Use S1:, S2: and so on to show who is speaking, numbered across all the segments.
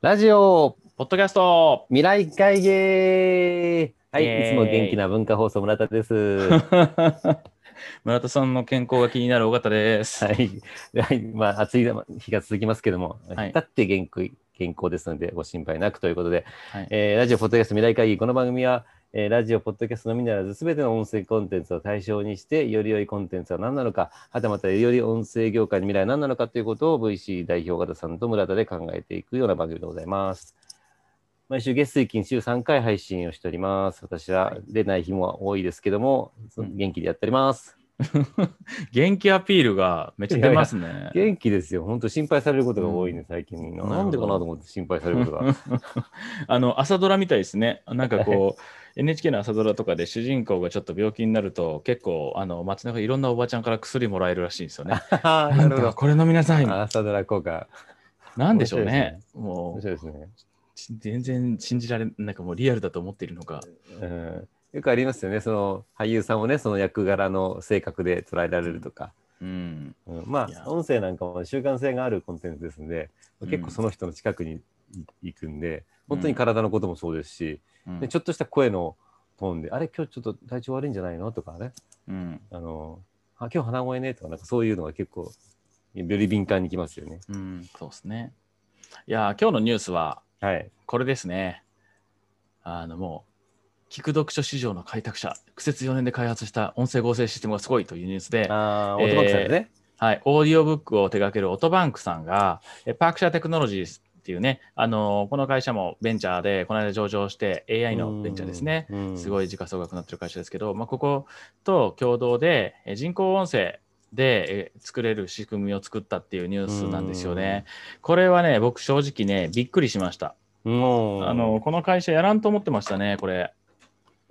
S1: ラジオ
S2: ポッドキャスト
S1: 未来会議はい、
S2: イエーイ
S1: いつも元気な文化放送村田です。は
S2: 村田さんの健康が気になる尾形です。
S1: い、はい、まあ暑い日が続きますけども、
S2: はい
S1: 至って元気健康ですのでご心配なくということで、
S2: はい
S1: えーラジオポッドキャスト未来会議この番組は、えーラジオポッドキャストのみならず全ての音声コンテンツを対象にしてより良いコンテンツは何なのかはたまたより音声業界の未来は何なのかということを VC 代表方さんと村田で考えていくような番組でございます。毎週月水金週3回配信をしております。私は出ない日も多いですけども、
S2: うん
S1: 元気でやっております。
S2: 元気アピールがめっちゃ出ますね。
S1: 元気ですよ。本当心配されることが多いね、最近。
S2: ほど
S1: なんでかなと思って心配されること が。
S2: あの朝ドラみたいですね。なんかこ う NHK の朝ドラとかで主人公がちょっと病気になると結構あの街中いろんなおばちゃんから薬もらえるらしいんですよね。
S1: あー
S2: なんか。これ飲みなさい。
S1: 朝ドラ効果。
S2: なんでしょうね。
S1: 面
S2: も
S1: 面
S2: う
S1: 白いですね。
S2: ち全然信じられなんかもうリアルだと思っているのか。
S1: うん、よくありますよね。その俳優さんをね、その役柄の性格で捉えられるとか。
S2: うん。
S1: うん、ま
S2: いや
S1: あ、音声なんかも習慣性があるコンテンツですので、
S2: うん
S1: 結構その人の近くにい行くんで、本当に体のこともそうですし、
S2: うん
S1: でちょっとした声のトーンで、あれ、今日ちょっと体調悪いんじゃないのとかね、
S2: うん
S1: あの、あ今日鼻声ねとか、なんかそういうのが結構、より敏感にきますよね。
S2: うん、そうですね。いやー今日のニュースは
S1: はい。
S2: これですね。あのもう、聞く読書市場の開拓者、苦節4年で開発した音声合成システムがすごいというニュースで、
S1: ああ、
S2: えー
S1: オートバックさんですね。
S2: はい、オーディオブックを手掛けるオトバンクさんが、えパークシャーテクノロジーズっていうね、あのこの会社もベンチャーで、この間上場して、AI のベンチャーですね。す
S1: い。
S2: ごい時価総額になってる会社ですけど、まあ、ここと共同でえ人工音声でえ作れる仕組みを作ったっていうニュースなんですよね。これはね、僕正直ね、びっくりしました。
S1: もう、
S2: あの、この会社やらんと思ってましたね、これ。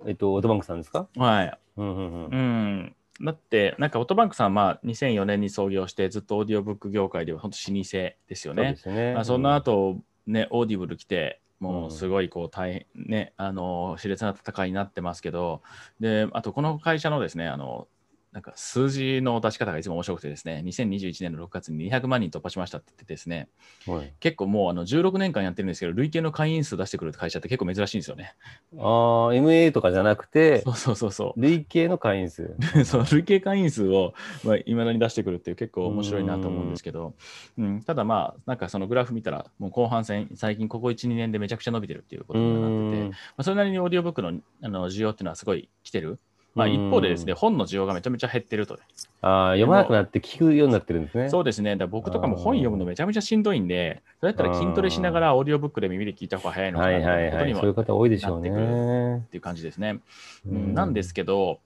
S1: えっと、オートバンクさんですか
S2: はい。
S1: うんうんうん
S2: うん。だって、なんかオートバンクさんはまあ2004年に創業して、ずっとオーディオブック業界では本当老舗です
S1: そ
S2: よ
S1: うで
S2: ね。
S1: すね。
S2: まあ、その
S1: うん
S2: 後、ね、オーディブル来て、もううんすごいこう大変、ね、あの、熾烈な戦いになってますけど、で、あとこの会社のですね、あの、なんか数字の出し方がいつも面白くてですね、2021年の6月に200万人突破しましたって言ってですね、
S1: はい
S2: 結構もうあの16年間やってるんですけど、累計の会員数出してくる会社って結構珍しいんですよね。
S1: ああ、MA とかじゃなくて
S2: そ、うそうそうそう。
S1: 累計の会員数。
S2: その累計会員数をまあ、未だに出してくるっていう結構面白いなと思うんですけど、うん、ただまあなんかそのグラフ見たらもう後半戦最近ここ12年でめちゃくちゃ伸びてるっていうことになってて、まあ、それなりにオーディオブックのあの需要っていうのはすごい来てる。まあ、
S1: うん
S2: 一方でですね、本の需要がめちゃめちゃ減ってると、
S1: ああ、読まなくなって聞くようになってるんですね。
S2: そうですね、だから僕とかも本読むのめちゃめちゃしんどいんで、それだったら筋トレしながらオーディオブックで耳で聞いた方が早いのか
S1: は
S2: ない
S1: はい
S2: ってこと
S1: は
S2: に
S1: い。
S2: も
S1: そういう方多いでしょうね。
S2: っていう感じですね。うんなんですけど、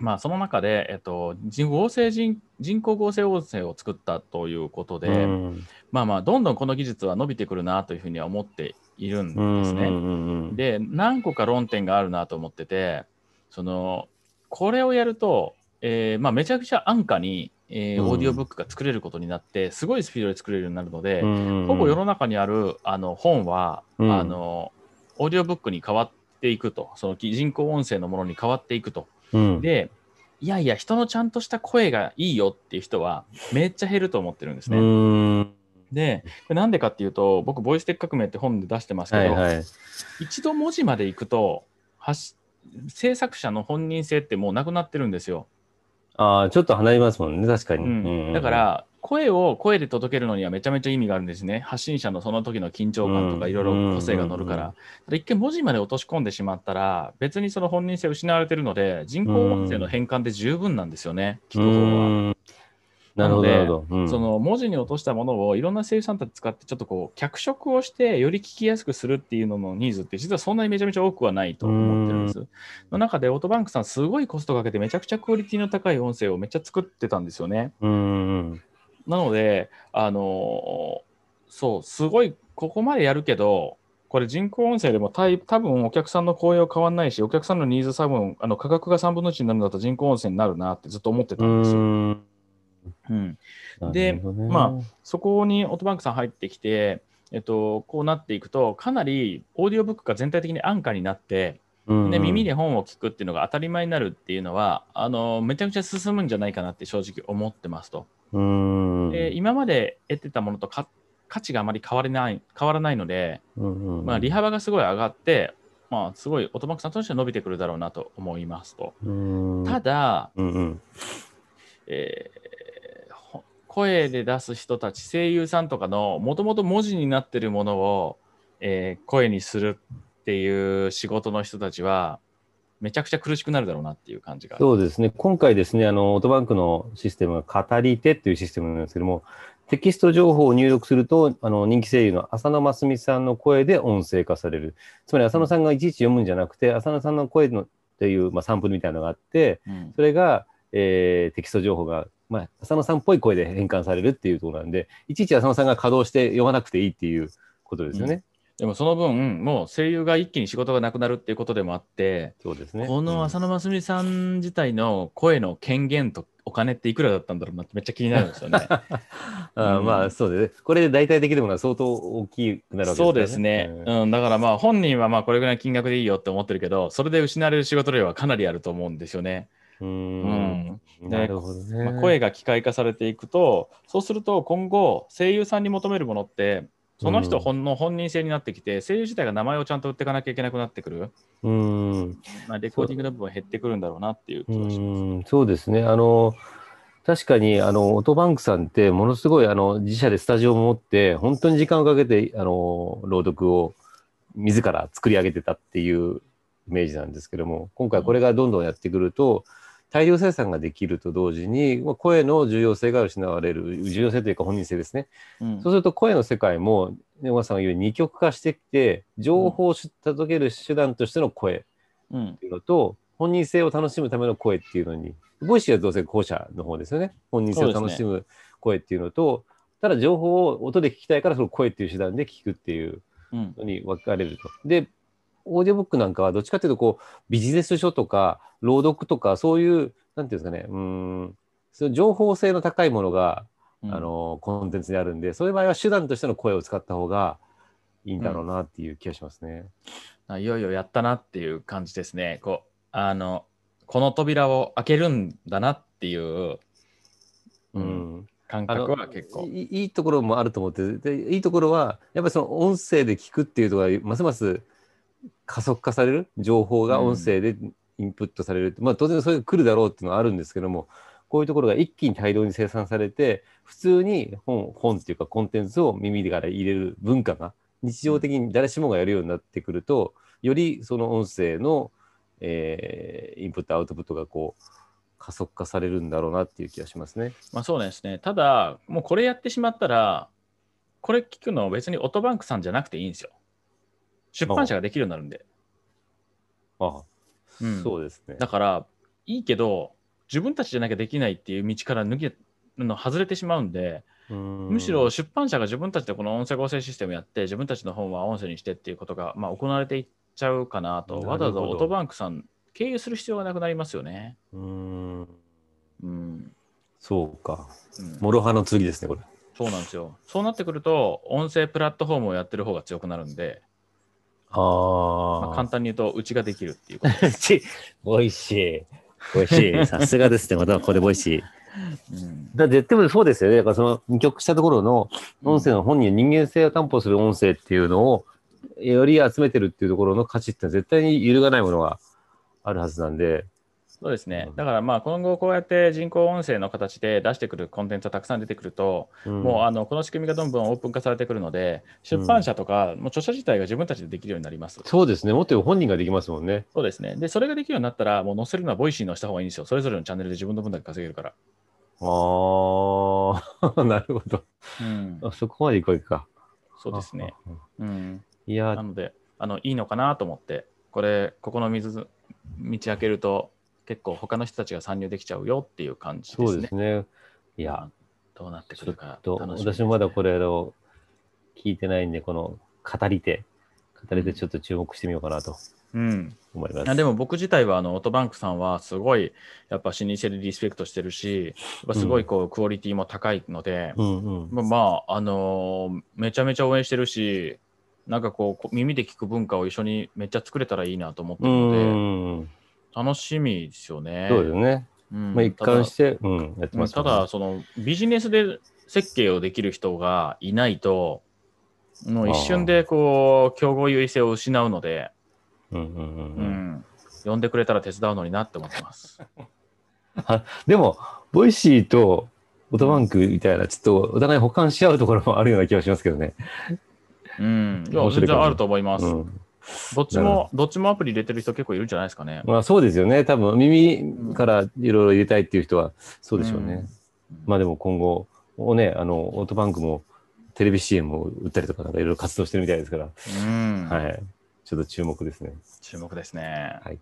S2: まあ、その中で、えっと、人合成人人工合成音声を作ったということで、
S1: うん
S2: まあまあどんどんこの技術は伸びてくるなというふうには思っているん
S1: うん
S2: ですね。
S1: うんうんうん
S2: で何個か論点があるなと思っててそのこれをやると、えーまあ、めちゃくちゃ安価に、えー
S1: うん
S2: オーディオブックが作れることになって、すごいスピードで作れるようになるので、
S1: うん
S2: ほぼ世の中にあるあの本は、
S1: うん
S2: あのオーディオブックに変わっていくとその人工音声のものに変わっていくと
S1: うん
S2: でいやいや人のちゃんとした声がいいよっていう人はめっちゃ減ると思ってるんです
S1: う
S2: ね。
S1: ん
S2: でこれなんでかっていうと僕「ボイステック革命」って本で出してますけ
S1: は
S2: ど、
S1: いはい。
S2: 一度文字まで行くと発制作者の本人性ってもうなくなってるんですよ。
S1: ああ、ちょっと離れますもんね、確かに。
S2: うん
S1: うんうん
S2: だから声を声で届けるのにはめちゃめちゃ意味があるんですね。発信者のその時の緊張感とか
S1: うん
S2: いろいろ個性が乗るから。
S1: うん
S2: ただ一見文字まで落とし込んでしまったら別にその本人性失われてるので人工音声の変換で十分なんですよね、聞く方は。
S1: うんなるほど、なるほど。うん
S2: その文字に落としたものをいろんな声優さんたち使ってちょっとこう脚色をしてより聞きやすくするっていうののニーズって実はそんなにめちゃめちゃ多くはないと思ってるんです。の中でオートバンクさんすごいコストかけてめちゃくちゃクオリティの高い音声をめっちゃ作ってたんですよね。
S1: うんうん
S2: なのであのーそうすごいここまでやるけどこれ人工音声でもたい多分お客さんの声は変わんないしお客さんのニーズ多分あの価格が3分の1になるんだったら人工音声になるなってずっと思ってた
S1: うん
S2: ですよ。
S1: ん。
S2: うん
S1: なるほどね
S2: まそこにオートバンクさん入ってきて、えっと、こうなっていくと、かなりオーディオブックが全体的に安価になって、
S1: うんう
S2: で
S1: ん
S2: 耳で本を聞くっていうのが当たり前になるっていうのは、あのめちゃくちゃ進むんじゃないかなって正直思ってますと。
S1: うん
S2: で今まで得てたものとか価値があまり変われない変わらないので、
S1: うんうん
S2: まあ、利幅がすごい上がって、まあ、すごいオートバックさんとしては伸びてくるだろうなと思いますと。
S1: うん
S2: ただ、
S1: うんうん
S2: えーほ声で出す人たち声優さんとかのもともと文字になってるものを、えー声にするっていう仕事の人たちはめちゃくちゃ苦しくなるだろうなっていう感じがある。
S1: そうですね、今回ですね、あの、オートバンクのシステムが語り手っていうシステムなんですけども、テキスト情報を入力すると、あの、人気声優の浅野真澄さんの声で音声化される。つまり浅野さんがいちいち読むんじゃなくて、浅野さんの声のっていう、まあ、サンプルみたいなのがあって、
S2: うん
S1: それが、えーテキスト情報が、まあ、浅野さんっぽい声で変換されるっていうところなんで、いちいち浅野さんが稼働して読まなくていいっていうことですよね。
S2: でもその分もう声優が一気に仕事がなくなるっていうことでもあって、
S1: そうですね。
S2: この浅
S1: 野、
S2: 野真澄さん自体の声の権限とお金っていくらだったんだろうなってめっちゃ気になるん ですよね。
S1: あー
S2: うん
S1: まあ、そうですね。これで大体できるものは相当大きくなるわけですからね。
S2: そうですね、
S1: うん
S2: うんだからまあ本人はまあこれぐらいの金額でいいよって思ってるけどそれで失われる仕事量はかなりあると思うんですよね。
S1: うー
S2: うん
S1: ん。なるほどね。
S2: まあ、声が機械化されていくとそうすると今後声優さんに求めるものってその人本の本人性になってきて、声優自体が名前をちゃんと売っていかなきゃいけなくなってくる、
S1: うーん。
S2: まあ、レコーディングの部分は減ってくるんだろうなっていう
S1: う
S2: 気がします。
S1: ーんそうですね。あの、確かに、あの、オートバンクさんって、ものすごい、あの、自社でスタジオも持って、本当に時間をかけて、あの、朗読を自ら作り上げてたっていうイメージなんですけども、今回これがどんどんやってくると、大量生産ができると同時に、まあ声の重要性が失われる、重要性というか本人性ですね。
S2: うん
S1: そうすると声の世界も、ね小川さんが言うように二極化してきて、情報をし届ける手段としての声
S2: うん
S1: っていうのと、本人性を楽しむための声っていうのに、ボイシーはどうせ後者の方ですよね。本人性を楽しむ声っていうのと、ただ情報を音で聞きたいから、その声っていう手段で聞くっていう
S2: うん
S1: のに分かれると。で、オーディオブックなんかはどっちかっていうと、こう、ビジネス書とか、朗読とか、そういう、なんていうんですかね、うーん、その情報性の高いものが、
S2: うん
S1: あのコンテンツにあるんで、そういう場合は手段としての声を使った方がいいんだろうなっていう気がしますね。
S2: あいよいよやったなっていう感じですね。こうあのこの扉を開けるんだなっていう
S1: う
S2: うんん感覚は結構。
S1: いいいところもあると思ってでいいところはやっぱりその音声で聞くっていうところがますます加速化される情報が音声でインプットされるって、まあ当然それが来るだろうっていうのはあるんですけどもこういうところが一気に大量に生産されて普通に本本っていうかコンテンツを耳から入れる文化が日常的に誰しもがやるようになってくるとよりその音声の、えーインプットアウトプットがこう加速化されるんだろうなっていう気がしますね。
S2: まあそうですね。ただ、もうこれやってしまったら、これ聞くの別にオトバンクさんじゃなくていいんですよ。出版社ができるようになるんで。
S1: ああ
S2: うん
S1: そうですね。
S2: だから、いいけど、自分たちじゃなきゃできないっていう道から抜け、の外れてしまうんで、む
S1: む
S2: しろ出版社が自分たちでこの音声合成システムやって、自分たちの本は音声にしてっていうことが、まあ、行われていっちゃうかなと、
S1: なるほど
S2: わざわざオトバンクさん経由する必要がなくなりますよね。
S1: うーん
S2: うん。
S1: そうか。
S2: うん
S1: 諸刃の剣ですね、これ。
S2: そうなんですよ。そうなってくると、音声プラットフォームをやってる方が強くなるんで、ま
S1: あ
S2: あ、簡単に言うと、うちができるっていうこと。
S1: あ。 ち、おいしい。おいしい。さすがですね、またこれおいしい。
S2: うん
S1: だ絶対そうですよね。だからその、二極したところの音声の本人、人間性を担保する音声っていうのを、より集めてるっていうところの価値って絶対に揺るがないものがあるはずなんで。
S2: そうですね。だからまあ今後こうやって人工音声の形で出してくるコンテンツがたくさん出てくると、もうあのこの仕組みがどんどんオープン化されてくるので、出版社とか、もう著者自体が自分たちでできるようになります。
S1: そうですね。もっと言えば本人ができますもんね。
S2: そうですね。で、それができるようになったら、もう載せるのはボイシーのした方がいいんですよ。それぞれのチャンネルで自分の分だけ稼げるから。
S1: ああ、 なるほど。
S2: うん
S1: あそこまでいくわけか。
S2: そうですね。。うん。
S1: いやー
S2: なので、あのいいのかなと思って、これ、ここの水、道開けると、結構他の人たちが参入できちゃうよっていう感じですね。
S1: そうですね。いや、
S2: どうなって
S1: ち
S2: く
S1: ょ
S2: る
S1: っ
S2: か
S1: と
S2: 楽しみです
S1: 私もまだこれを聞いてないんで、この語り手、語り手ちょっと注目してみようかなと
S2: うん、
S1: 思います。
S2: あでも僕自体はあのオートバンクさんはすごいやっぱ老舗でリスペクトしてるしやっぱすごいこうクオリティも高いので、
S1: うんうん。
S2: まあまああのーめちゃめちゃ応援してるしなんかこうこ耳で聞く文化を一緒にめっちゃ作れたらいいなと思って
S1: う
S2: るの
S1: ん。
S2: で楽しみですよね。
S1: そうですね。
S2: うん
S1: まあ一貫して、うん、やって
S2: ただ
S1: ます
S2: た
S1: からね
S2: だそのビジネスで設計をできる人がいないと、もう一瞬でこう、競合優位性を失うので、
S1: うんうんうん
S2: う
S1: うん
S2: ん、呼んでくれたら手伝うのになって思ってます。
S1: でも、ボイシーとオトバンクみたいな、ちょっとお互い補完し合うところもあるような気がしますけどね。
S2: うん、い
S1: 面白
S2: や
S1: いかも
S2: 全然あると思います。
S1: うん
S2: どっちも、どっちもアプリ入れてる人結構いるんじゃないですかね。
S1: まあ、そうですよね。多分、耳からいろいろ入れたいっていう人は、そうでしょうね。
S2: うん
S1: まあ、でも今後、おね、あの、オートバンクもテレビ CM を打ったりとか、なんかいろいろ活動してるみたいですから、
S2: うん
S1: はい。ちょっと注目ですね。
S2: 注目ですね。
S1: はい